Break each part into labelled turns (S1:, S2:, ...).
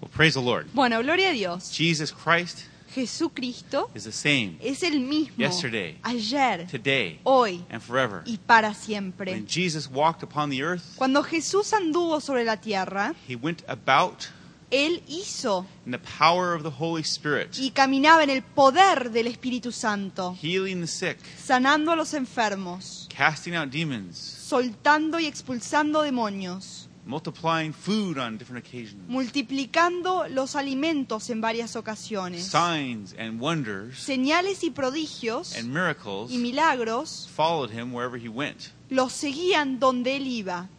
S1: Well, praise the Lord.
S2: Bueno, gloria a Dios.
S1: Jesus Christ
S2: Jesucristo
S1: is the same
S2: es el mismo
S1: Yesterday.
S2: ayer,
S1: today
S2: hoy
S1: and forever.
S2: y para siempre.
S1: When Jesus walked upon the earth,
S2: Cuando Jesús anduvo sobre la tierra,
S1: he went about
S2: Él hizo
S1: in the power of the Holy Spirit,
S2: y caminaba en el poder del Espíritu Santo,
S1: healing the sick,
S2: sanando a los enfermos,
S1: casting out demons,
S2: soltando y expulsando demonios,
S1: multiplying food on different occasions.
S2: multiplicando los alimentos en varias ocasiones.
S1: Signs and wonders
S2: Señales y prodigios
S1: and miracles
S2: y milagros
S1: followed him wherever he went.
S2: los seguían donde Él iba.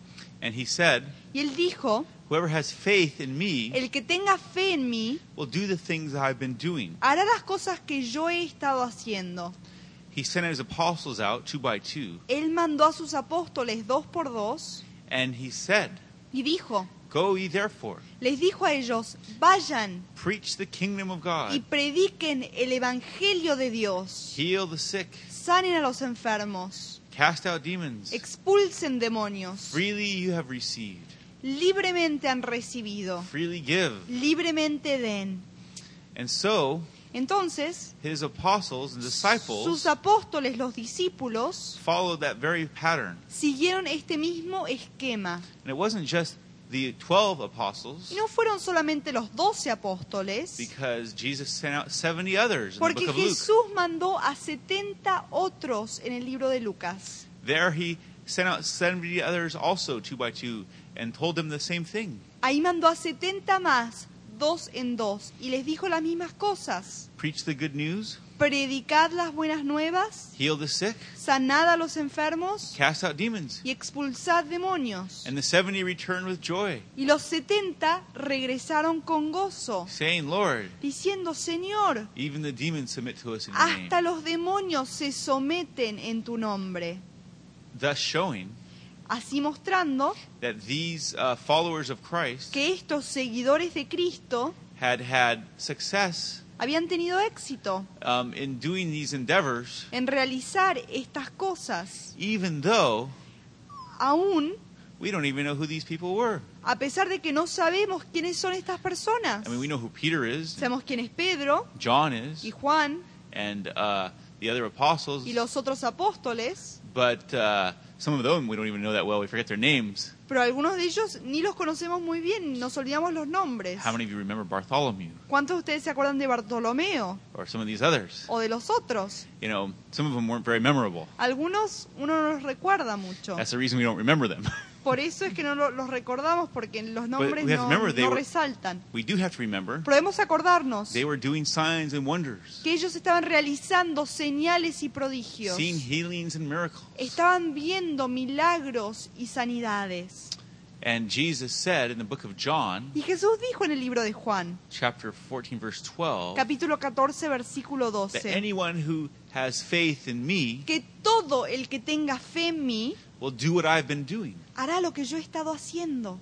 S1: And he said,
S2: Y Él dijo,
S1: Whoever has faith in me
S2: el que tenga fe en mí,
S1: will do the things that I've been doing.
S2: hará las cosas que yo he estado haciendo.
S1: He sent his apostles out two by two,
S2: Él mandó a sus apóstoles dos por dos
S1: and he said,
S2: y dijo,
S1: Go ye therefore,
S2: les dijo a ellos, vayan
S1: preach the kingdom of
S2: y
S1: God,
S2: prediquen el Evangelio de Dios,
S1: heal the sick,
S2: sanen a los enfermos,
S1: cast out demons.
S2: expulsen demonios,
S1: Freely you have received,
S2: libremente han recibido,
S1: freely give.
S2: libremente den.
S1: And so
S2: Entonces,
S1: his apostles and
S2: sus
S1: disciples
S2: apóstoles, los discípulos,
S1: followed that very pattern.
S2: siguieron este mismo esquema.
S1: And it wasn't just the 12
S2: Y
S1: apostles,
S2: no fueron solamente los doce apóstoles,
S1: because Jesus sent out 70 others in the
S2: Porque
S1: book of Luke.
S2: Jesús mandó a 70 otros en el libro de Lucas.
S1: There he sent out 70 others also two by two and told them the same thing.
S2: Ahí mandó a 70 más, dos en dos, y les dijo las mismas cosas.
S1: Preach the good news,
S2: Predicad las buenas nuevas,
S1: heal the sick,
S2: sanad a los enfermos
S1: cast out demons.
S2: y expulsad demonios.
S1: And the 70 returned with joy,
S2: Y los 70 regresaron con gozo,
S1: saying, Lord,
S2: diciendo, Señor,
S1: even the demons submit to us in your name.
S2: hasta los demonios se someten en tu nombre.
S1: Thus showing
S2: Así mostrando
S1: that these uh, followers of Christ
S2: que estos seguidores de Cristo
S1: had had success
S2: habían tenido éxito.
S1: um, in doing these endeavors,
S2: en realizar estas cosas,
S1: even though
S2: aún
S1: we don't even know who these people were.
S2: a pesar de que no sabemos quiénes son estas personas.
S1: I mean, we know who Peter is, and
S2: Sabemos quién es Pedro
S1: John is,
S2: y Juan
S1: and uh, the other apostles,
S2: y los otros apóstoles,
S1: but uh, some of them we don't even know that well. We forget their names.
S2: pero algunos de ellos ni los conocemos muy bien, nos olvidamos los nombres.
S1: How many of you remember Bartholomew
S2: ¿Cuántos de ustedes se acuerdan de Bartolomeo
S1: or some of these others?
S2: o de los otros?
S1: You know, some of them weren't very memorable.
S2: Algunos uno no los recuerda mucho.
S1: That's the reason we don't remember them.
S2: Por eso es que no lo- los recordamos porque los nombres
S1: Pues, we have to
S2: no,
S1: remember they
S2: no
S1: were-
S2: resaltan.
S1: we do have to remember
S2: Pero debemos acordarnos
S1: they were doing signs and wonders,
S2: que ellos estaban realizando señales y prodigios.
S1: seeing healings and miracles.
S2: estaban viendo milagros y sanidades.
S1: And Jesus said in the book of John,
S2: Y Jesús dijo en el libro de Juan,
S1: chapter 14, verse 12,
S2: capítulo 14, versículo
S1: that
S2: 12,
S1: anyone who has faith in me
S2: que todo el que tenga fe en mí
S1: will do what I've been doing.
S2: hará lo que yo he estado haciendo.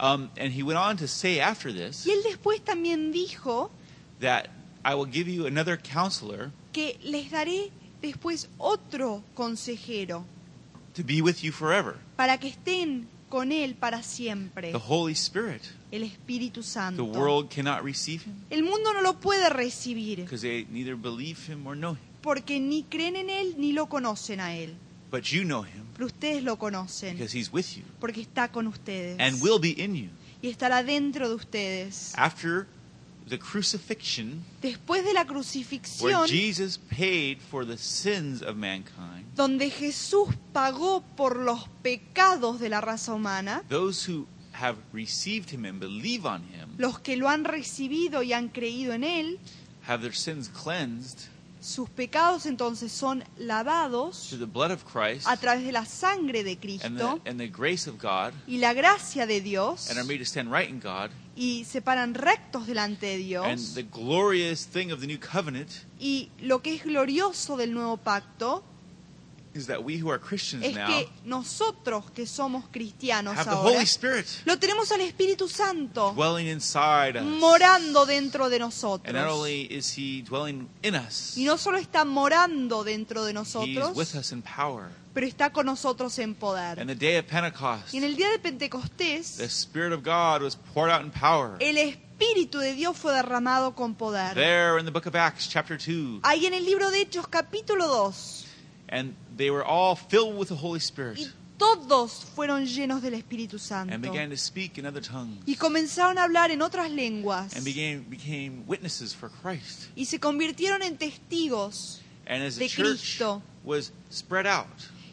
S1: Um, and he went on to say after this
S2: Y él después también dijo
S1: that I will give you another counselor
S2: que les daré después otro consejero
S1: to be with you forever
S2: para que estén con él para siempre,
S1: the Holy Spirit.
S2: el Espíritu
S1: The
S2: Santo.
S1: world cannot receive him
S2: El mundo no lo puede recibir
S1: because they neither believe him or know him.
S2: porque ni creen en él ni lo conocen a él,
S1: But you know him
S2: pero ustedes lo conocen.
S1: because he's with you
S2: porque está con ustedes
S1: and will be in you.
S2: y estará dentro de ustedes.
S1: After the crucifixion,
S2: Después de la
S1: where
S2: crucifixión,
S1: Jesus paid for the sins of mankind,
S2: donde Jesús pagó por los pecados de la raza humana,
S1: those who have received him and believe on him
S2: los que lo han recibido y han creído en Él,
S1: have their sins cleansed
S2: sus pecados entonces son lavados
S1: through the blood of Christ
S2: a través de la sangre de
S1: and the,
S2: Cristo
S1: and the grace of God
S2: y la gracia de Dios
S1: and are made to stand right in God.
S2: y se paran rectos delante de
S1: And
S2: Dios.
S1: the glorious thing of the new covenant
S2: Y lo que es glorioso del nuevo pacto
S1: is that we who are Christians
S2: es
S1: now
S2: que nosotros que somos cristianos
S1: have the
S2: ahora,
S1: Holy Spirit
S2: lo tenemos al Espíritu Santo
S1: dwelling inside us.
S2: morando dentro de
S1: And not
S2: nosotros.
S1: only is He dwelling in us,
S2: Y no solo está morando dentro de
S1: He's with
S2: nosotros,
S1: us in power.
S2: pero está con nosotros en poder.
S1: And the day of Pentecost,
S2: Y en el día de
S1: the
S2: Pentecostés,
S1: Spirit of God was poured out in power.
S2: el Espíritu de Dios fue derramado con poder.
S1: There in the book of Acts, chapter 2,
S2: Ahí en el libro de Hechos capítulo 2,
S1: and they were all filled with the Holy Spirit
S2: y todos fueron llenos del Espíritu
S1: and
S2: Santo.
S1: began to speak in other tongues
S2: Y comenzaron a hablar en otras lenguas.
S1: and became, became witnesses for Christ.
S2: Y se convirtieron en testigos.
S1: And as
S2: De
S1: the church
S2: Cristo.
S1: was spread out,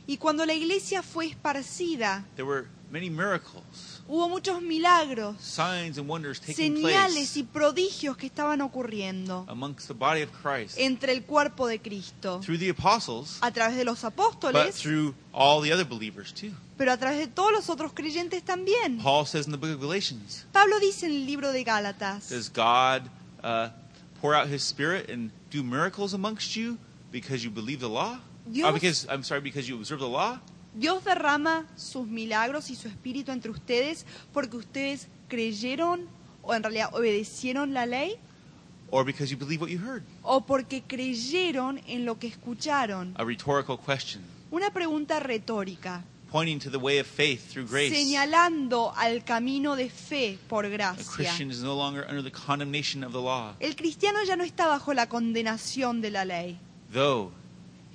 S2: Y cuando la iglesia fue esparcida,
S1: there were many miracles,
S2: hubo muchos milagros,
S1: signs, and wonders taking
S2: señales
S1: place
S2: y prodigios que estaban ocurriendo
S1: amongst the body of Christ
S2: entre el cuerpo de Cristo,
S1: through the apostles,
S2: a través de los
S1: but
S2: apóstoles,
S1: through all the other believers too.
S2: pero a través de todos los otros creyentes también.
S1: Paul says in the book of Galatians,
S2: Pablo dice en el libro de Gálatas,
S1: Does God uh, pour out His Spirit and do miracles amongst you because you believe the law?
S2: Dios-
S1: Or because I'm sorry, because you observe the law?
S2: Dios derrama sus milagros y su espíritu entre ustedes porque ustedes creyeron o en realidad obedecieron la ley
S1: Or because you believe what you heard?
S2: o porque creyeron en lo que escucharon.
S1: A rhetorical question,
S2: Una pregunta retórica.
S1: pointing to the way of faith through grace.
S2: señalando al camino de fe por
S1: A
S2: gracia.
S1: Christian is no longer under the condemnation of the law,
S2: El cristiano ya no está bajo la condenación de la ley,
S1: though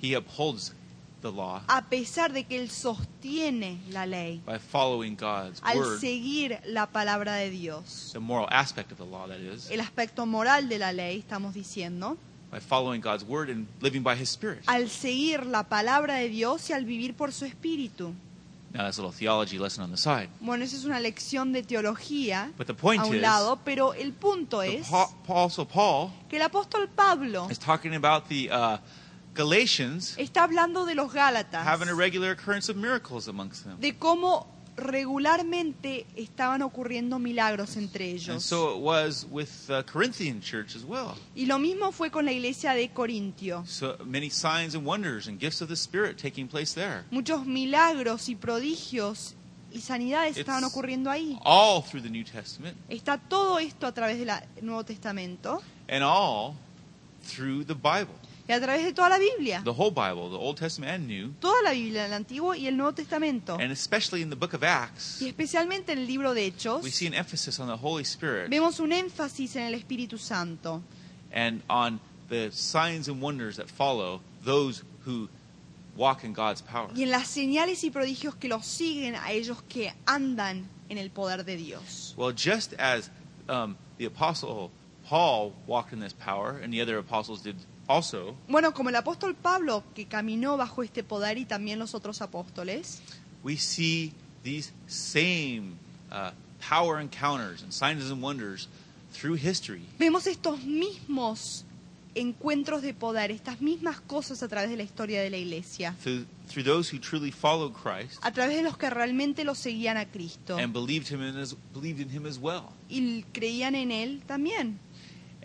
S1: he upholds the law
S2: a pesar de que él sostiene la ley
S1: by following God's
S2: al
S1: word,
S2: seguir la palabra de Dios.
S1: the moral aspect of the law, that is,
S2: El aspecto moral de la ley, estamos diciendo,
S1: by following God's word and living by His Spirit.
S2: al seguir la palabra de Dios y al vivir por su espíritu.
S1: Now, that's a little theology lesson on the side.
S2: Bueno, esa es una lección de teología
S1: But the point
S2: a un
S1: is,
S2: lado, pero el punto
S1: the
S2: es
S1: Pa- Paul, so Paul
S2: que el apóstol Pablo
S1: is talking about the uh, Galatians
S2: está hablando de los Gálatas.
S1: having a regular occurrence of miracles amongst them.
S2: de cómo regularmente estaban ocurriendo milagros entre
S1: And
S2: ellos.
S1: so it was with the Corinthian church as well.
S2: y lo mismo fue con la iglesia de Corintio.
S1: So many signs and wonders and gifts of the Spirit taking place there.
S2: Muchos milagros y prodigios y sanidades
S1: It's-
S2: estaban ocurriendo ahí.
S1: All through the New Testament
S2: Está todo esto a través del A- Nuevo Testamento
S1: and all through the Bible.
S2: y a través de toda la Biblia.
S1: The whole Bible, the Old Testament and New,
S2: Toda la Biblia, el Antiguo y el Nuevo Testamento.
S1: and especially in the book of Acts,
S2: Y especialmente en el libro de Hechos
S1: we see an emphasis on the Holy Spirit
S2: vemos un énfasis en el Espíritu Santo
S1: and on the signs and wonders that follow those who walk in God's power.
S2: y en las señales y prodigios que los siguen a ellos que andan en el poder de Dios.
S1: Well, just as um, the apostle Paul walked in this power, and the other apostles did also,
S2: Bueno, como el apóstol Pablo, que caminó bajo este poder y también los otros apóstoles,
S1: we see these same uh, power encounters and signs and wonders through history.
S2: vemos estos mismos encuentros de poder, estas mismas cosas a través de la historia de la iglesia,
S1: Through, through those who truly followed Christ
S2: a través de los que realmente lo seguían a Cristo
S1: and believed him in as, believed in him as well.
S2: y creían en Él también.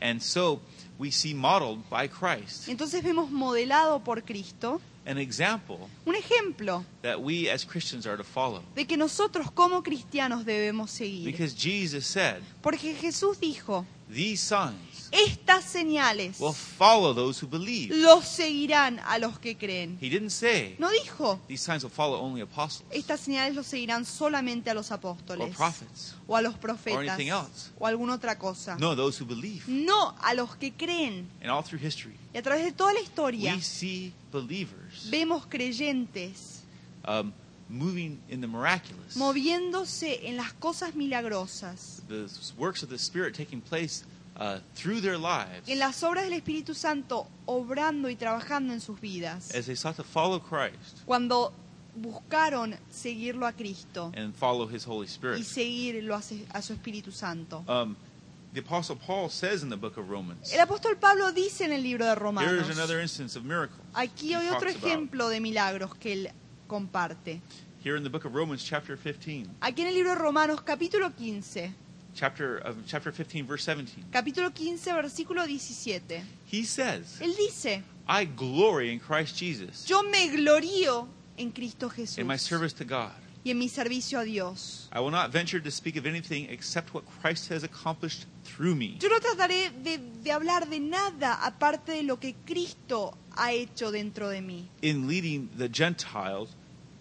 S1: And so we see modeled by Christ
S2: Entonces vemos modelado por Cristo
S1: an example
S2: un ejemplo
S1: that we as Christians are to follow.
S2: de que nosotros como cristianos debemos seguir.
S1: Because Jesus said,
S2: Porque Jesús dijo,
S1: these signs
S2: estas señales
S1: will follow those who believe.
S2: los seguirán a los que creen.
S1: He didn't say,
S2: No dijo,
S1: These signs will follow only apostles
S2: Estas señales los seguirán solamente a los
S1: or
S2: apóstoles
S1: prophets.
S2: o a los
S1: or
S2: profetas
S1: anything else.
S2: o alguna otra cosa.
S1: No, those who believe.
S2: No a los que creen.
S1: And all through history,
S2: Y a través de toda la
S1: we
S2: historia
S1: see believers
S2: vemos creyentes
S1: um, moving in the miraculous,
S2: moviéndose en las cosas milagrosas,
S1: the works of the Spirit taking place uh, through their lives
S2: en las obras del Espíritu Santo obrando y trabajando en sus vidas,
S1: as they sought to follow Christ
S2: cuando buscaron seguirlo a Cristo
S1: and follow His Holy
S2: y
S1: Spirit.
S2: seguirlo a se- a su Espíritu Santo.
S1: Um, the Apostle Paul says in the book of Romans,
S2: El apóstol Pablo dice en el libro de
S1: here
S2: Romanos,
S1: is another instance of miracles.
S2: Aquí
S1: he
S2: hay otro
S1: talks about.
S2: ejemplo de milagros que él comparte.
S1: Here in the book of Romans, chapter 15,
S2: Aquí en el libro de Romanos capítulo 15,
S1: chapter, of chapter 15, verse 17.
S2: Capítulo 15, versículo 17.
S1: He says,
S2: Él dice,
S1: I glory in Christ Jesus
S2: yo me glorío en Cristo Jesús
S1: in my service to God.
S2: y en mi servicio a Dios.
S1: I will not venture to speak of anything except what Christ has accomplished through me.
S2: Yo no trataré de, de hablar de nada aparte de lo que Cristo ha hecho dentro de mí,
S1: in leading the Gentiles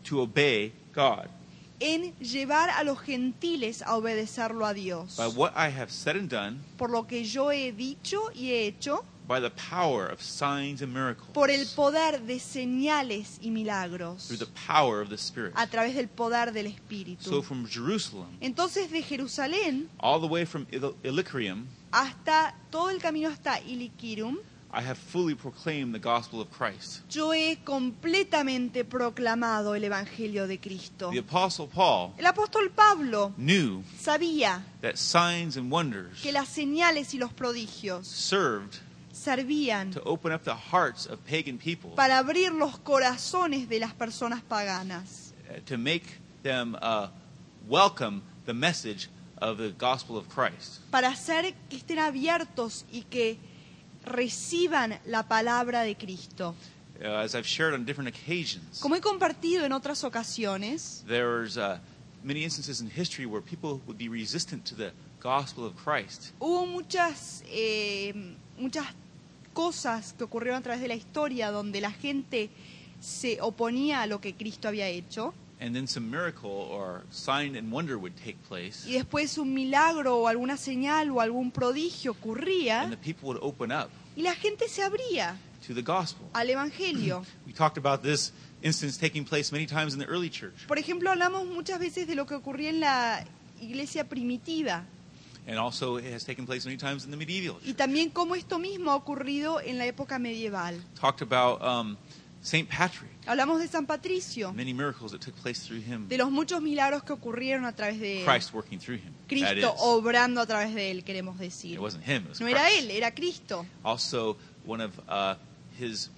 S1: to obey God
S2: en llevar a los gentiles a obedecerlo a Dios.
S1: by what I have said and done,
S2: Por lo que yo he dicho y he hecho,
S1: by the power of signs and miracles,
S2: por el poder de señales y milagros,
S1: through the power of the Spirit.
S2: a través del poder del
S1: So
S2: Espíritu.
S1: from Jerusalem,
S2: Entonces de Jerusalén
S1: all the way from Il- Illyricum,
S2: hasta todo el camino hasta Iliquirum,
S1: I have fully proclaimed the gospel of Christ.
S2: yo he completamente proclamado el Evangelio de Cristo.
S1: The Apostle Paul
S2: El apóstol Pablo
S1: knew
S2: sabía
S1: that signs and wonders
S2: que las señales y los prodigios
S1: served
S2: servían
S1: to open up the hearts of pagan people,
S2: para abrir los corazones de las personas paganas,
S1: uh, to make them uh, welcome the message of the gospel of Christ.
S2: para hacer que estén abiertos y que reciban la palabra de Cristo.
S1: Uh, as I've shared on different occasions,
S2: Como he compartido en otras ocasiones,
S1: there's uh, many instances in history where people would be resistant to the gospel of Christ.
S2: hubo muchas, eh, muchas cosas que ocurrieron a través de la historia donde la gente se oponía a lo que Cristo había hecho
S1: And then some miracle or sign and wonder would take place,
S2: y después un milagro o alguna señal o algún prodigio
S1: and
S2: ocurría
S1: the people would open up
S2: y la gente se abría
S1: to the gospel.
S2: al Evangelio.
S1: We talked about this instance taking place many times in the early church,
S2: Por ejemplo, hablamos muchas veces de lo que ocurría en la iglesia primitiva
S1: and also it has taken place many times in the medieval
S2: y
S1: church.
S2: también cómo esto mismo ha ocurrido en la época medieval.
S1: Talked about um, St. Patrick,
S2: Hablamos de San Patricio,
S1: many miracles that took place through him,
S2: de los muchos milagros que ocurrieron a través de él.
S1: Christ working through him. That is,
S2: Cristo obrando a través de él, queremos decir.
S1: it wasn't him, it was
S2: No era
S1: Christ.
S2: él, era Cristo.
S1: Also, one of uh, his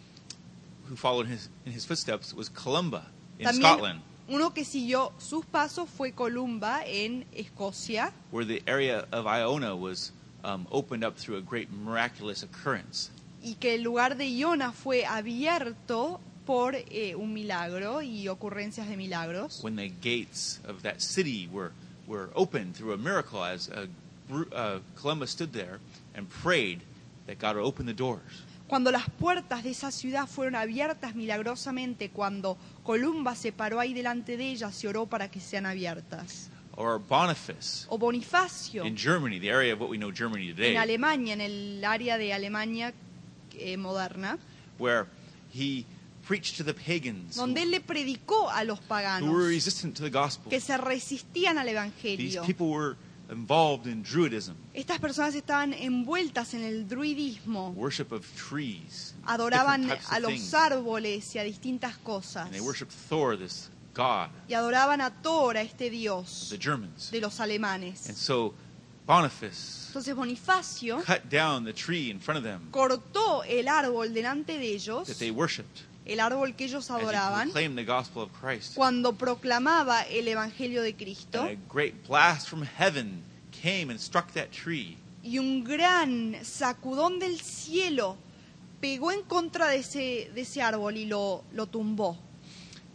S1: who followed his in his footsteps was Columba in Scotland,
S2: También uno que siguió sus pasos fue Columba en Escocia,
S1: where the area of Iona was um, opened up through a great miraculous occurrence.
S2: y que el lugar de Iona fue abierto por eh, un milagro y ocurrencias de milagros.
S1: When the gates of that city were were opened through a miracle, as uh, Bru- uh, Columba stood there and prayed that God would open the doors.
S2: Cuando las puertas de esa ciudad fueron abiertas milagrosamente, cuando Columba se paró ahí delante de ellas y oró para que sean abiertas.
S1: Or Boniface
S2: O Bonifacio,
S1: in Germany, the area of what we know Germany
S2: en
S1: today,
S2: Alemania, en el área de Alemania eh, moderna,
S1: where he preached to the pagans
S2: donde él le predicó a los
S1: who were
S2: paganos
S1: resistant to the gospel.
S2: que se resistían al
S1: These
S2: Evangelio.
S1: people were involved in Druidism,
S2: Estas personas estaban envueltas en el druidismo,
S1: worship of trees,
S2: adoraban
S1: different types
S2: a
S1: of
S2: los
S1: things.
S2: árboles y a distintas cosas,
S1: And they worshiped Thor, this god,
S2: y adoraban a Thor, a este
S1: the
S2: dios
S1: Germans.
S2: de los alemanes.
S1: And so Boniface
S2: Entonces Bonifacio
S1: cut down the tree in front of them
S2: cortó el árbol delante de ellos,
S1: that they worshipped
S2: el árbol que ellos
S1: as he
S2: adoraban,
S1: proclaimed the gospel of Christ.
S2: cuando proclamaba el Evangelio de Cristo,
S1: And a great blast from heaven came and struck that tree,
S2: y un gran sacudón del cielo pegó en contra de ese, de ese árbol y lo, lo tumbó.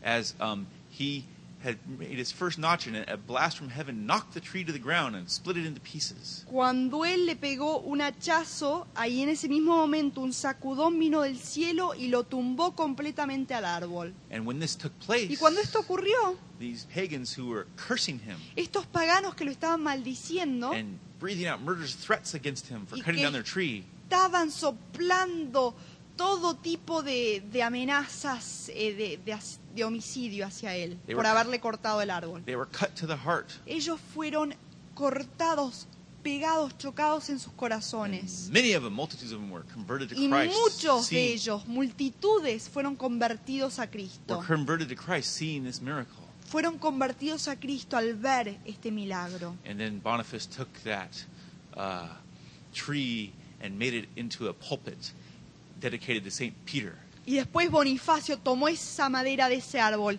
S1: as um, he had made his first notch in it. A blast from heaven knocked the tree to the ground and split it into pieces.
S2: Cuando él le pegó un hachazo, ahí en ese mismo momento un sacudón vino del cielo y lo tumbó completamente al árbol.
S1: And when this took place,
S2: Y cuando esto ocurrió,
S1: these pagans who were cursing him
S2: estos paganos que lo estaban maldiciendo
S1: and breathing out murderous threats against him for
S2: Y
S1: cutting
S2: que-
S1: down their tree
S2: estaban soplando todo tipo de, de amenazas eh, de, de as- de homicidio hacia él
S1: They
S2: por
S1: were-
S2: haberle cortado el árbol.
S1: they were cut to the heart
S2: Ellos fueron cortados, pegados, chocados en sus
S1: And
S2: corazones.
S1: many of them multitudes of them were converted Mm, to
S2: Y
S1: christ
S2: muchos de
S1: seeing,
S2: ellos, multitudes, fueron convertidos a
S1: were
S2: Cristo.
S1: converted to christ seeing this miracle
S2: Fueron convertidos a Cristo al ver este milagro.
S1: and then boniface took that uh, tree and made it into a pulpit dedicated to saint peter
S2: Y después Bonifacio tomó esa madera de ese árbol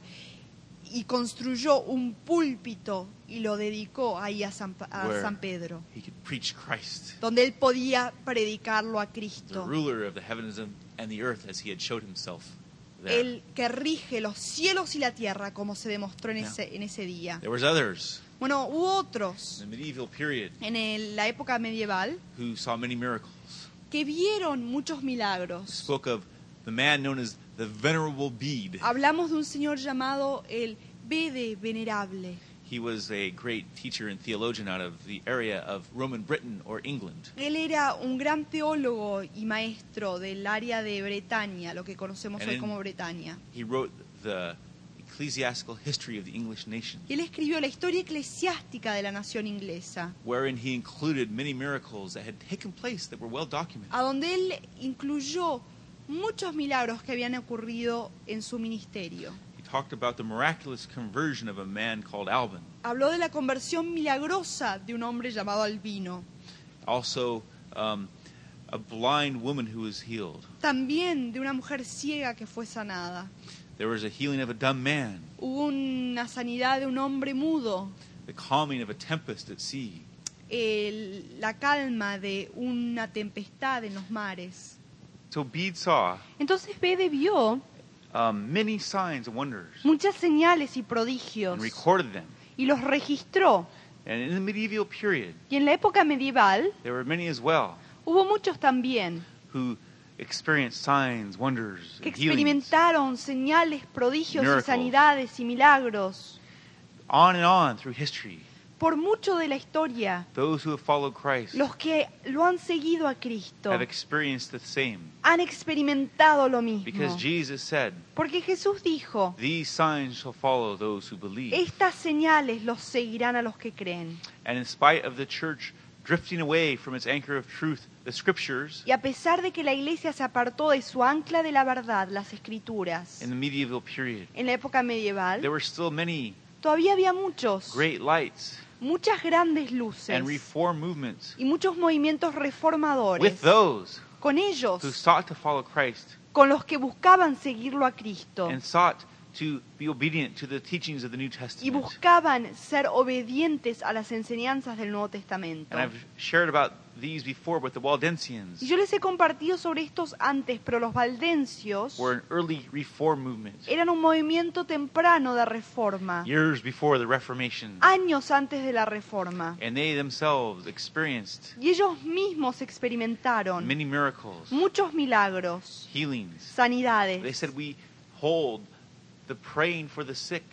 S2: y construyó un púlpito y lo dedicó ahí a San, Pa- a
S1: Where-
S2: uh, San Pedro,
S1: He could preach Christ,
S2: donde él podía predicarlo a
S1: the
S2: Cristo,
S1: ruler of the heavens and and the earth, as he had showed himself there.
S2: el que rige los cielos y la tierra, como se demostró en
S1: Yeah.
S2: ese, en ese día.
S1: There was others
S2: Bueno, hubo otros
S1: in the medieval period
S2: en el- la época medieval
S1: who saw many miracles.
S2: que vieron muchos milagros.
S1: Spoke of the man known as the Venerable Bede.
S2: Hablamos de un señor llamado el Bede Venerable.
S1: He was a great teacher and theologian out of the area of Roman Britain or England.
S2: Él era un gran teólogo y maestro del área de Bretaña, lo que conocemos
S1: And
S2: hoy
S1: in-
S2: como Bretaña.
S1: He wrote the ecclesiastical history of the English nation,
S2: Y él escribió la historia eclesiástica de la nación inglesa,
S1: wherein he included many miracles that had taken place that were well documented.
S2: a donde él incluyó muchos milagros que habían ocurrido en su ministerio.
S1: He talked about the miraculous conversion of a man called Alban,
S2: Habló de la conversión milagrosa de un hombre llamado Albino,
S1: also um, a blind woman who was healed.
S2: también de una mujer ciega que fue sanada.
S1: There was a healing of a dumb man,
S2: Hubo una sanidad de un hombre mudo,
S1: the calming of a tempest at sea,
S2: el- la calma de una tempestad en los mares.
S1: So Bede saw
S2: Entonces Bede vio
S1: um, many signs and wonders
S2: muchas señales y
S1: and
S2: prodigios
S1: recorded them.
S2: y los registró.
S1: And in the medieval period,
S2: Y en la época medieval
S1: there were many as well
S2: hubo muchos también
S1: who experienced signs, wonders,
S2: que
S1: and healings.
S2: experimentaron señales, prodigios y
S1: Miracles.
S2: sanidades y milagros
S1: On and on through history,
S2: por mucho de la historia.
S1: those who have followed Christ
S2: Los que lo han seguido a Cristo
S1: have experienced the same.
S2: han experimentado lo
S1: Because
S2: mismo.
S1: Jesus said,
S2: Porque Jesús dijo,
S1: These signs shall follow those who believe.
S2: estas señales los seguirán a los que creen.
S1: And in spite of the church drifting away from its anchor of truth, the scriptures,
S2: Y a pesar de que la iglesia se apartó de su ancla de la verdad, las escrituras,
S1: in the medieval period,
S2: en la época medieval,
S1: there were still many
S2: todavía había muchos,
S1: great lights
S2: muchas grandes luces
S1: and reform movements
S2: y muchos movimientos reformadores.
S1: with those
S2: Con
S1: who
S2: ellos,
S1: sought to follow Christ
S2: con los que buscaban seguirlo a Cristo
S1: and sought to be obedient to the teachings of the New
S2: y
S1: Testament.
S2: buscaban ser obedientes a las enseñanzas del Nuevo Testamento.
S1: And I've shared about these before, but the Waldensians
S2: Y yo les he compartido sobre estos antes, pero los valdencios
S1: were an early reform movement,
S2: eran un movimiento temprano de reforma,
S1: years before the Reformation.
S2: años antes de la reforma.
S1: And they themselves experienced
S2: Y ellos mismos experimentaron
S1: many miracles,
S2: muchos milagros,
S1: healings. They
S2: sanidades.
S1: said, We hold the praying for the sick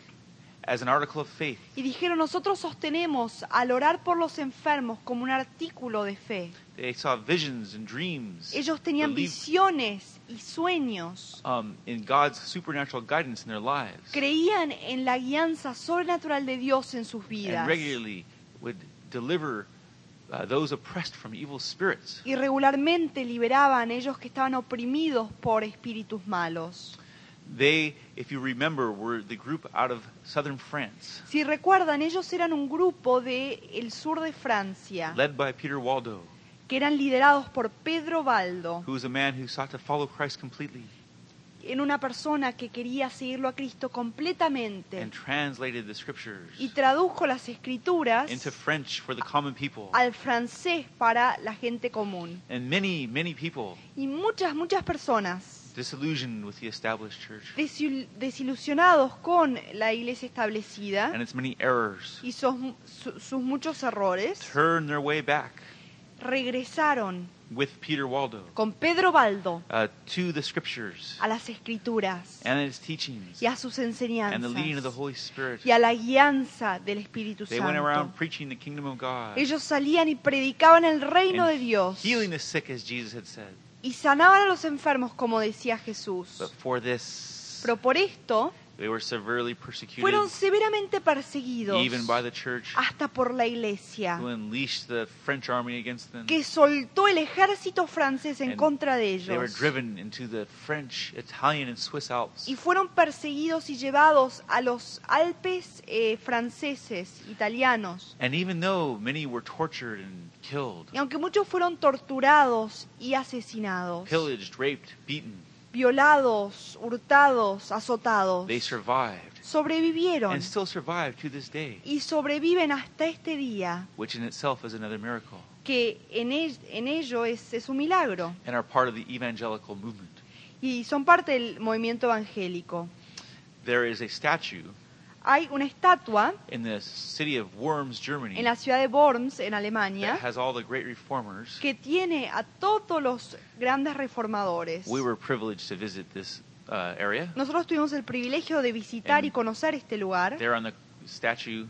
S1: as an article of faith.
S2: Y dijeron, nosotros sostenemos al orar por los enfermos como un artículo de fe.
S1: They saw visions and dreams,
S2: Ellos tenían
S1: believed,
S2: visiones y sueños.
S1: um, in God's supernatural guidance in their lives,
S2: Creían en la guianza sobrenatural de Dios en sus
S1: and
S2: vidas.
S1: regularly would deliver uh, those oppressed from evil spirits.
S2: Y regularmente liberaban a ellos que estaban oprimidos por espíritus malos.
S1: They, if you remember, were the group out of southern France,
S2: Si recuerdan, ellos eran un grupo del el sur de Francia,
S1: led by Peter Waldo,
S2: que eran liderados por Pedro Baldo,
S1: who was a man who sought to follow Christ completely
S2: en una persona que quería seguirlo a Cristo completamente
S1: and translated the scriptures
S2: y tradujo las escrituras
S1: into French for the common people.
S2: al francés para la gente común.
S1: And many, many people
S2: Y muchas, muchas personas,
S1: disillusioned with the established church
S2: desil- desilusionados con la iglesia establecida
S1: and its many errors
S2: y sus, su- sus muchos errores,
S1: turned their way back
S2: regresaron
S1: with Peter Waldo
S2: con Pedro Baldo
S1: uh, to the scriptures
S2: a las escrituras
S1: and its teachings
S2: y a sus
S1: and the leading of the
S2: enseñanzas
S1: Holy Spirit.
S2: y a la guianza del Espíritu
S1: They went
S2: Santo.
S1: around preaching the kingdom of God.
S2: Ellos salían y predicaban el reino de
S1: and
S2: Dios
S1: Healing the sick, as Jesus had said.
S2: y sanaban a los enfermos, como decía
S1: But
S2: Jesús.
S1: for this,
S2: Pero por esto
S1: they were severely persecuted,
S2: fueron Ah, severamente perseguidos,
S1: even by the church,
S2: hasta por la iglesia,
S1: who unleashed the French army against them.
S2: que soltó el ejército francés en
S1: And
S2: contra de
S1: They were
S2: ellos.
S1: driven into the French, Italian, and Swiss Alps.
S2: Y fueron perseguidos y llevados a los Alpes eh, franceses, italianos.
S1: And even though many were tortured and killed,
S2: Y aunque muchos fueron torturados y asesinados,
S1: pillaged, raped, beaten,
S2: violados, hurtados, azotados,
S1: they survived
S2: sobrevivieron
S1: and still survive to this day,
S2: y sobreviven hasta este día,
S1: which in itself is another miracle,
S2: que en, el- en ello es, es un milagro
S1: and are part of the evangelical movement.
S2: y son parte del movimiento evangélico.
S1: There is a statue
S2: Hay una estatua
S1: in the city of Worms, Germany,
S2: en la ciudad de Worms, en
S1: that
S2: Alemania,
S1: has all the great reformers.
S2: que tiene a todos los grandes reformadores.
S1: We were privileged to visit this uh, area.
S2: Nosotros tuvimos el privilegio de visitar y conocer este lugar.
S1: There on the statue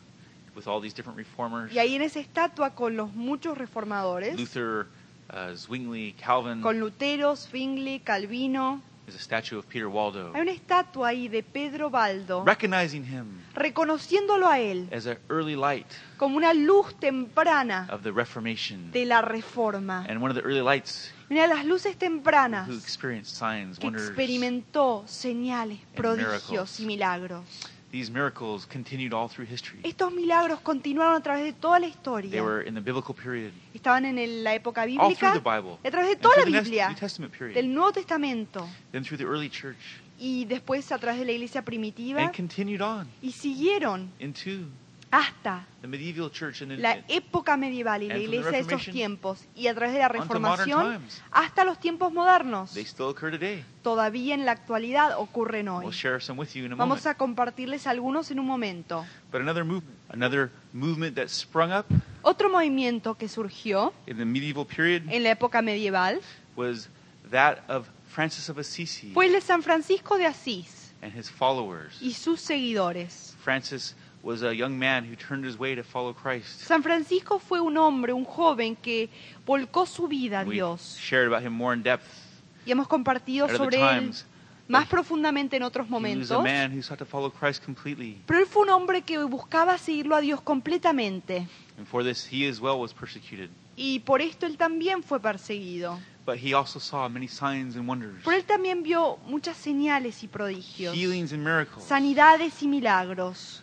S1: with all these different reformers,
S2: Y ahí en esa estatua con los muchos reformadores,
S1: Luther, uh, Zwingli, Calvin.
S2: con Lutero, Zwingli, Calvino,
S1: There's a statue of Peter Waldo.
S2: hay una estatua ahí de Pedro Baldo,
S1: Recognizing him
S2: reconociéndolo a él
S1: as an early light
S2: como una luz temprana
S1: of the Reformation
S2: de la reforma,
S1: and one of the early lights
S2: una de las luces tempranas
S1: who experienced signs,
S2: que
S1: wonders.
S2: experimentó señales, prodigios
S1: miracles.
S2: y milagros.
S1: These miracles continued all through history.
S2: Estos milagros continuaron a través de toda la
S1: They
S2: historia.
S1: were in the biblical period,
S2: Estaban en el- la época
S1: all through the
S2: bíblica,
S1: Bible,
S2: a través de
S1: and
S2: toda la
S1: through the Nes-
S2: Biblia,
S1: New Testament period,
S2: del Nuevo Testamento.
S1: then through the early church,
S2: y después a través de la iglesia primitiva
S1: and continued on
S2: y siguieron
S1: into
S2: hasta
S1: the medieval church and,
S2: la época medieval y la
S1: And from the
S2: iglesia de esos
S1: Reformation
S2: tiempos y a través de la
S1: onto modern
S2: reformación
S1: times.
S2: hasta los tiempos modernos.
S1: They still occur today.
S2: Todavía en la actualidad ocurren
S1: We'll
S2: hoy.
S1: share some with you in a moment.
S2: Vamos a compartirles algunos en un momento.
S1: But another movement, another movement that sprung up
S2: Otro movimiento que surgió
S1: in the medieval period
S2: en la época medieval
S1: was that of Francis of Assisi
S2: fue el de San Francisco de Asís
S1: and his followers.
S2: y sus seguidores.
S1: Francis was a young man who turned his way to follow Christ.
S2: San Francisco fue un hombre, un joven que volcó su vida a
S1: We
S2: Dios.
S1: shared about him more in depth
S2: y hemos compartido
S1: at other
S2: sobre él
S1: times.
S2: más profundamente en otros
S1: He was a
S2: momentos.
S1: man who sought to follow Christ completely,
S2: Pero él fue un hombre que buscaba seguirlo a Dios completamente.
S1: and for this he as well was persecuted.
S2: Y por esto él también fue perseguido.
S1: But he also saw many signs and wonders,
S2: Pero él también vio muchas señales y prodigios,
S1: healings and miracles.
S2: sanidades y milagros.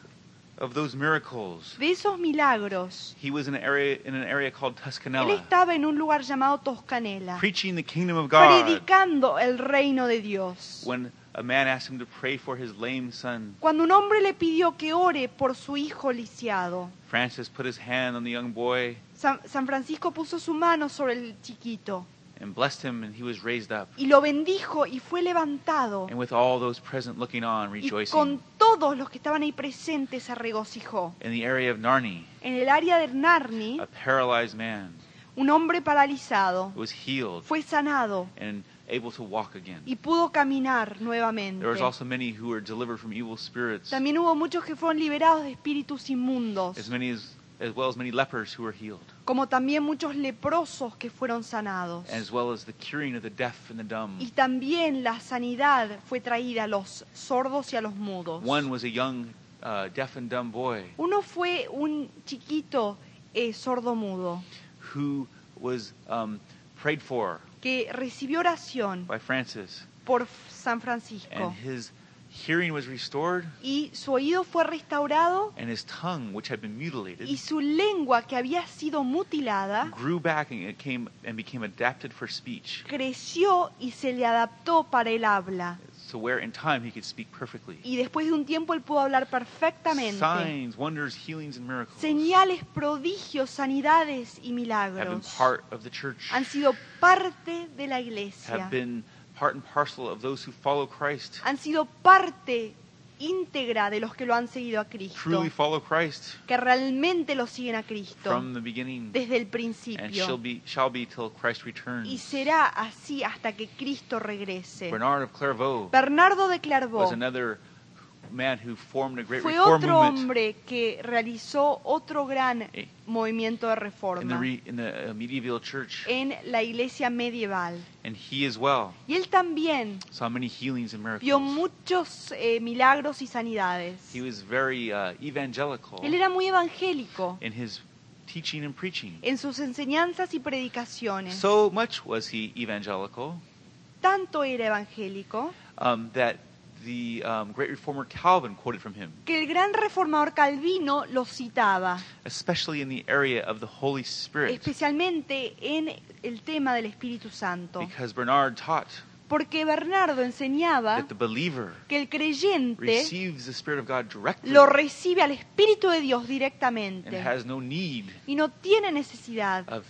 S1: Of those miracles,
S2: De esos milagros,
S1: he was in an area in an area called
S2: él
S1: Tuscanella,
S2: estaba en un lugar llamado Toscanela,
S1: preaching the kingdom of God.
S2: predicando el reino de Dios.
S1: When a man asked him to pray for his lame son,
S2: Cuando un hombre le pidió que ore por su hijo lisiado,
S1: Francis put his hand on the young boy
S2: San- San Francisco puso su mano sobre el chiquito
S1: and blessed him, and he was raised up.
S2: y lo bendijo y fue levantado.
S1: And with all those present looking on,
S2: Y
S1: rejoicing.
S2: con todos los que estaban ahí presentes se regocijó.
S1: In the area of Narni,
S2: En el área de Narni,
S1: a paralyzed man
S2: un hombre paralizado
S1: was healed
S2: fue sanado
S1: and able to walk again.
S2: y pudo caminar nuevamente.
S1: There was also many who were delivered from evil spirits,
S2: También hubo muchos que fueron liberados de espíritus
S1: as
S2: inmundos,
S1: many as, as well as many lepers who were healed,
S2: como también muchos leprosos que fueron sanados.
S1: as well as the curing of the deaf and the dumb.
S2: Y también la sanidad fue traída a los sordos y a los mudos.
S1: One was a young uh, deaf and dumb boy
S2: Uno fue un chiquito eh, sordo-mudo
S1: who was um, prayed for
S2: que recibió oración
S1: by Francis,
S2: por F- San
S1: and
S2: Francisco.
S1: his hearing was restored,
S2: Y su oído fue restaurado
S1: and his tongue, which had been mutilated,
S2: y su lengua que había sido mutilada
S1: grew back and it came and became adapted for speech.
S2: creció y se le adaptó para el habla.
S1: So where in time he could speak perfectly.
S2: Y después de un tiempo él pudo hablar perfectamente.
S1: Signs, wonders, healings, and miracles
S2: Señales, prodigios, sanidades y
S1: have been
S2: milagros
S1: part of the church,
S2: han sido parte de la iglesia,
S1: have been part and parcel of those who follow Christ,
S2: han sido parte íntegra de los que lo han seguido a Cristo,
S1: truly follow Christ
S2: que realmente lo siguen a Cristo
S1: from the beginning,
S2: desde el
S1: and shall
S2: principio.
S1: be shall be till Christ
S2: y
S1: returns.
S2: será así hasta que Cristo regrese.
S1: Bernard of Clairvaux
S2: Bernardo de
S1: was
S2: Clairvaux
S1: another man who formed a great
S2: fue
S1: reform
S2: otro
S1: movement
S2: hombre que realizó otro gran
S1: Eh,
S2: movimiento de
S1: in the,
S2: reforma
S1: re, in the uh, medieval church,
S2: en la iglesia medieval.
S1: and he as well
S2: Y él también
S1: saw many healings and
S2: vio
S1: miracles.
S2: muchos eh, milagros y sanidades.
S1: He was very uh, evangelical
S2: Él era muy evangélico
S1: in his teaching and preaching.
S2: en sus enseñanzas y predicaciones.
S1: So much was he evangelical
S2: Tanto era evangélico
S1: um, that the um, great reformer Calvin quoted from him,
S2: que el gran reformador Calvino lo citaba,
S1: especially in the area of the Holy Spirit,
S2: especialmente en el tema del Espíritu Santo.
S1: because Bernard taught
S2: Porque Bernardo enseñaba
S1: that the believer
S2: que el creyente
S1: receives the Spirit of God directly
S2: lo recibe al Espíritu de Dios
S1: and
S2: directamente
S1: has no need
S2: y no tiene necesidad
S1: of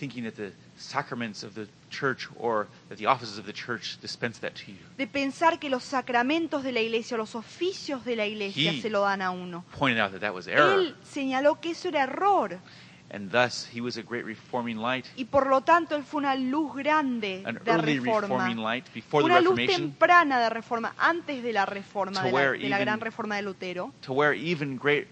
S1: thinking that the sacraments of the church or that the offices of the church dispense that to you.
S2: de pensar que los sacramentos de la iglesia o los oficios de la iglesia
S1: He-
S2: se lo dan a uno.
S1: Pointed out that that was error,
S2: Él señaló que eso era error
S1: and thus he was a great reforming light,
S2: y por lo tanto él fue una luz grande
S1: an
S2: de
S1: early reforming
S2: reforma.
S1: light before the
S2: Una luz
S1: Reformation,
S2: temprana de reforma, antes de la reforma,
S1: To
S2: de la,
S1: where
S2: de la gran
S1: even-
S2: reforma de Lutero,
S1: to where even great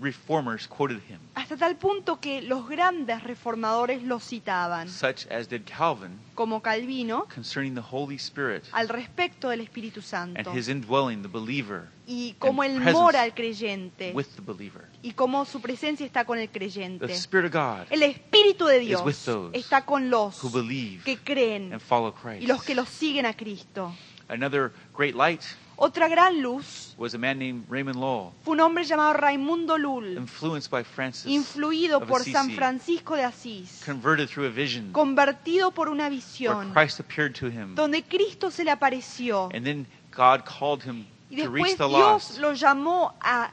S1: reformers quoted him,
S2: hasta tal punto que los grandes reformadores lo citaban,
S1: such as did Calvin
S2: como Calvino,
S1: concerning the Holy Spirit
S2: al respecto del Espíritu
S1: and
S2: Santo,
S1: his indwelling the believer
S2: y cómo
S1: and
S2: él
S1: presence
S2: mora al creyente,
S1: with the believer.
S2: y cómo su presencia está con el
S1: The
S2: creyente.
S1: Spirit of God
S2: El Espíritu de
S1: with
S2: Dios
S1: those
S2: está con los
S1: who believe
S2: que creen
S1: and follow
S2: y los
S1: Christ.
S2: que los siguen a Cristo.
S1: Another great light
S2: Otra gran luz
S1: was a man named Raymond Lowell,
S2: fue un hombre llamado Raimundo Lull,
S1: influenced by Francis,
S2: influido
S1: of
S2: por
S1: Assisi,
S2: San Francisco de Asís,
S1: converted through a vision
S2: convertido por una
S1: where
S2: visión,
S1: Christ appeared to him,
S2: donde Cristo se le apareció
S1: and then God called him
S2: y
S1: to
S2: después
S1: reach the
S2: Dios
S1: lost,
S2: lo llamó a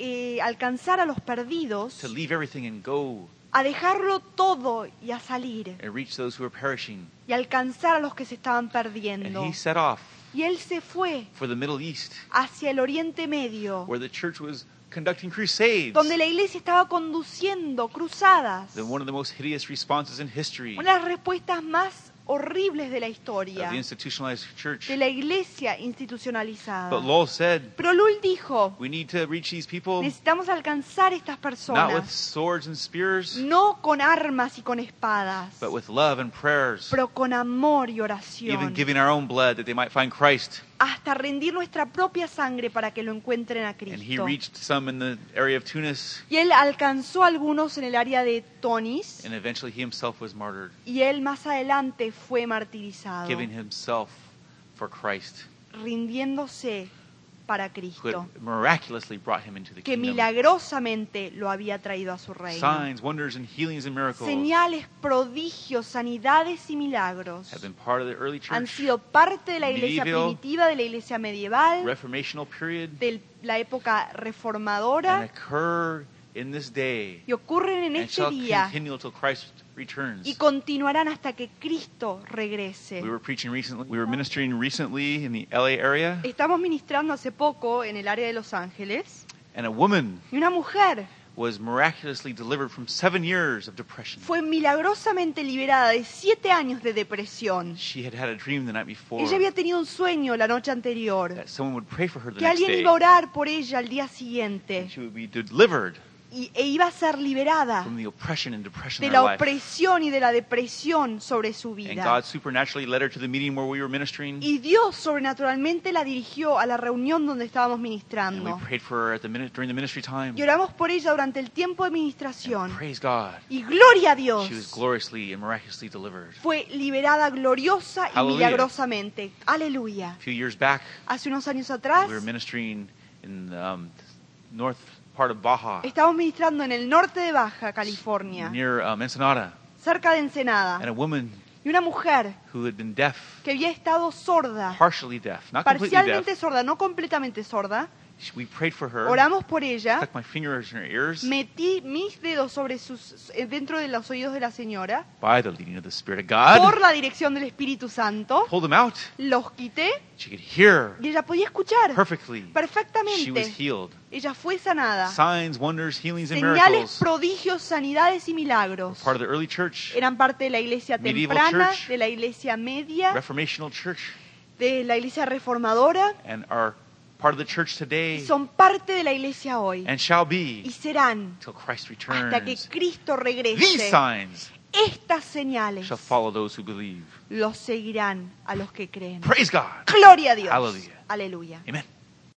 S2: eh, alcanzar a los perdidos,
S1: to leave everything and go
S2: a dejarlo todo y a salir
S1: and reach those who are perishing.
S2: y alcanzar a los que se estaban
S1: And
S2: perdiendo.
S1: he set off
S2: Y él se fue
S1: for the Middle East,
S2: hacia el Oriente Medio,
S1: where the church was conducting crusades.
S2: donde la iglesia estaba conduciendo cruzadas.
S1: The- one of the most hideous responses in history
S2: Una de las respuestas más horribles de la
S1: of
S2: historia
S1: the institutionalized church.
S2: de la iglesia institucionalizada.
S1: But Lowell said,
S2: Pero Lul dijo,
S1: we need to reach these people
S2: necesitamos alcanzar estas
S1: not with
S2: personas,
S1: swords and spears,
S2: no con armas y con espadas,
S1: but with love and prayers,
S2: pero con amor y
S1: even
S2: oración,
S1: giving our own blood that they might find Christ.
S2: hasta rendir nuestra propia sangre para que lo encuentren a
S1: And he
S2: Cristo.
S1: reached some in the area of Tunis,
S2: Y él alcanzó a algunos en el área de Tonis,
S1: and eventually he himself was martyred,
S2: y él más adelante fue martirizado,
S1: giving himself for Christ,
S2: rindiéndose para
S1: who
S2: Cristo.
S1: had miraculously brought him into the
S2: que
S1: kingdom.
S2: milagrosamente lo había traído a su reino.
S1: Signs, wonders, and healings and miracles
S2: Señales, prodigios, sanidades y milagros
S1: have been part of the early
S2: han
S1: church
S2: sido parte de la iglesia
S1: medieval,
S2: primitiva, de la iglesia medieval,
S1: reformational period
S2: de la época
S1: and
S2: reformadora
S1: occur in this day
S2: y ocurren en
S1: and
S2: este
S1: shall
S2: día
S1: continue till Christ returns.
S2: y continuarán hasta que Cristo regrese.
S1: We were preaching recently. We were ministering recently in the LA area,
S2: Estamos ministrando hace poco en el área de Los Ángeles
S1: and a woman
S2: y una mujer
S1: was miraculously delivered from seven years of depression.
S2: fue milagrosamente liberada de siete años de depresión.
S1: She had had a dream the night before
S2: Ella había tenido un sueño la noche anterior.
S1: that someone would pray for her the
S2: que
S1: next
S2: alguien
S1: day,
S2: iba a orar por ella al día
S1: and
S2: siguiente
S1: she would be delivered
S2: y, e iba a ser liberada
S1: from the oppression and depression
S2: Ah. de
S1: of her
S2: la
S1: life.
S2: opresión y de la depresión sobre su
S1: And
S2: vida.
S1: God supernaturally led her to the meeting where we were ministering,
S2: Y Dios sobrenaturalmente la dirigió a la reunión donde estábamos
S1: and we
S2: ministrando.
S1: prayed for her at the minute during the ministry time.
S2: Y oramos por ella durante el tiempo de
S1: And
S2: ministración.
S1: praise God,
S2: Y gloria a Dios.
S1: she was gloriously and miraculously delivered.
S2: Fue liberada gloriosa y
S1: Hallelujah.
S2: milagrosamente. Aleluya.
S1: A few years back,
S2: Hace unos años atrás
S1: we were ministering in the um, north part of Baja,
S2: estábamos ministrando en el norte de Baja California,
S1: near um, Ensenada,
S2: cerca de
S1: and
S2: Ensenada.
S1: a woman
S2: Y una mujer
S1: who had been deaf,
S2: que había estado sorda
S1: partially deaf, not completely deaf.
S2: parcialmente sorda, no completamente sorda.
S1: She- We prayed for her.
S2: Oramos por ella.
S1: Stuck my fingers in her ears
S2: Metí mis dedos sobre sus eh, dentro de los oídos de la señora
S1: by the leading of the Spirit of
S2: por
S1: God.
S2: la dirección del Espíritu Santo.
S1: Pulled them out.
S2: Los quité
S1: She could hear
S2: y ella podía escuchar
S1: perfectly. She was
S2: perfectamente.
S1: healed.
S2: Ella fue sanada.
S1: Signs, wonders, healings, and
S2: Señales,
S1: miracles.
S2: prodigios, sanidades y
S1: were
S2: milagros
S1: Part of the early church,
S2: eran parte de la iglesia
S1: Medieval
S2: temprana,
S1: church.
S2: de la iglesia media,
S1: reformational church,
S2: de la iglesia reformadora
S1: and are part of the church
S2: y
S1: today
S2: son parte de la iglesia hoy
S1: and shall
S2: y
S1: be
S2: serán
S1: till Christ
S2: hasta que
S1: returns.
S2: Cristo
S1: These
S2: regrese.
S1: signs
S2: Estas señales
S1: shall follow those who believe.
S2: los seguirán a los que creen.
S1: Praise God.
S2: Gloria a Dios.
S1: Hallelujah.
S2: Aleluya.
S1: Amen.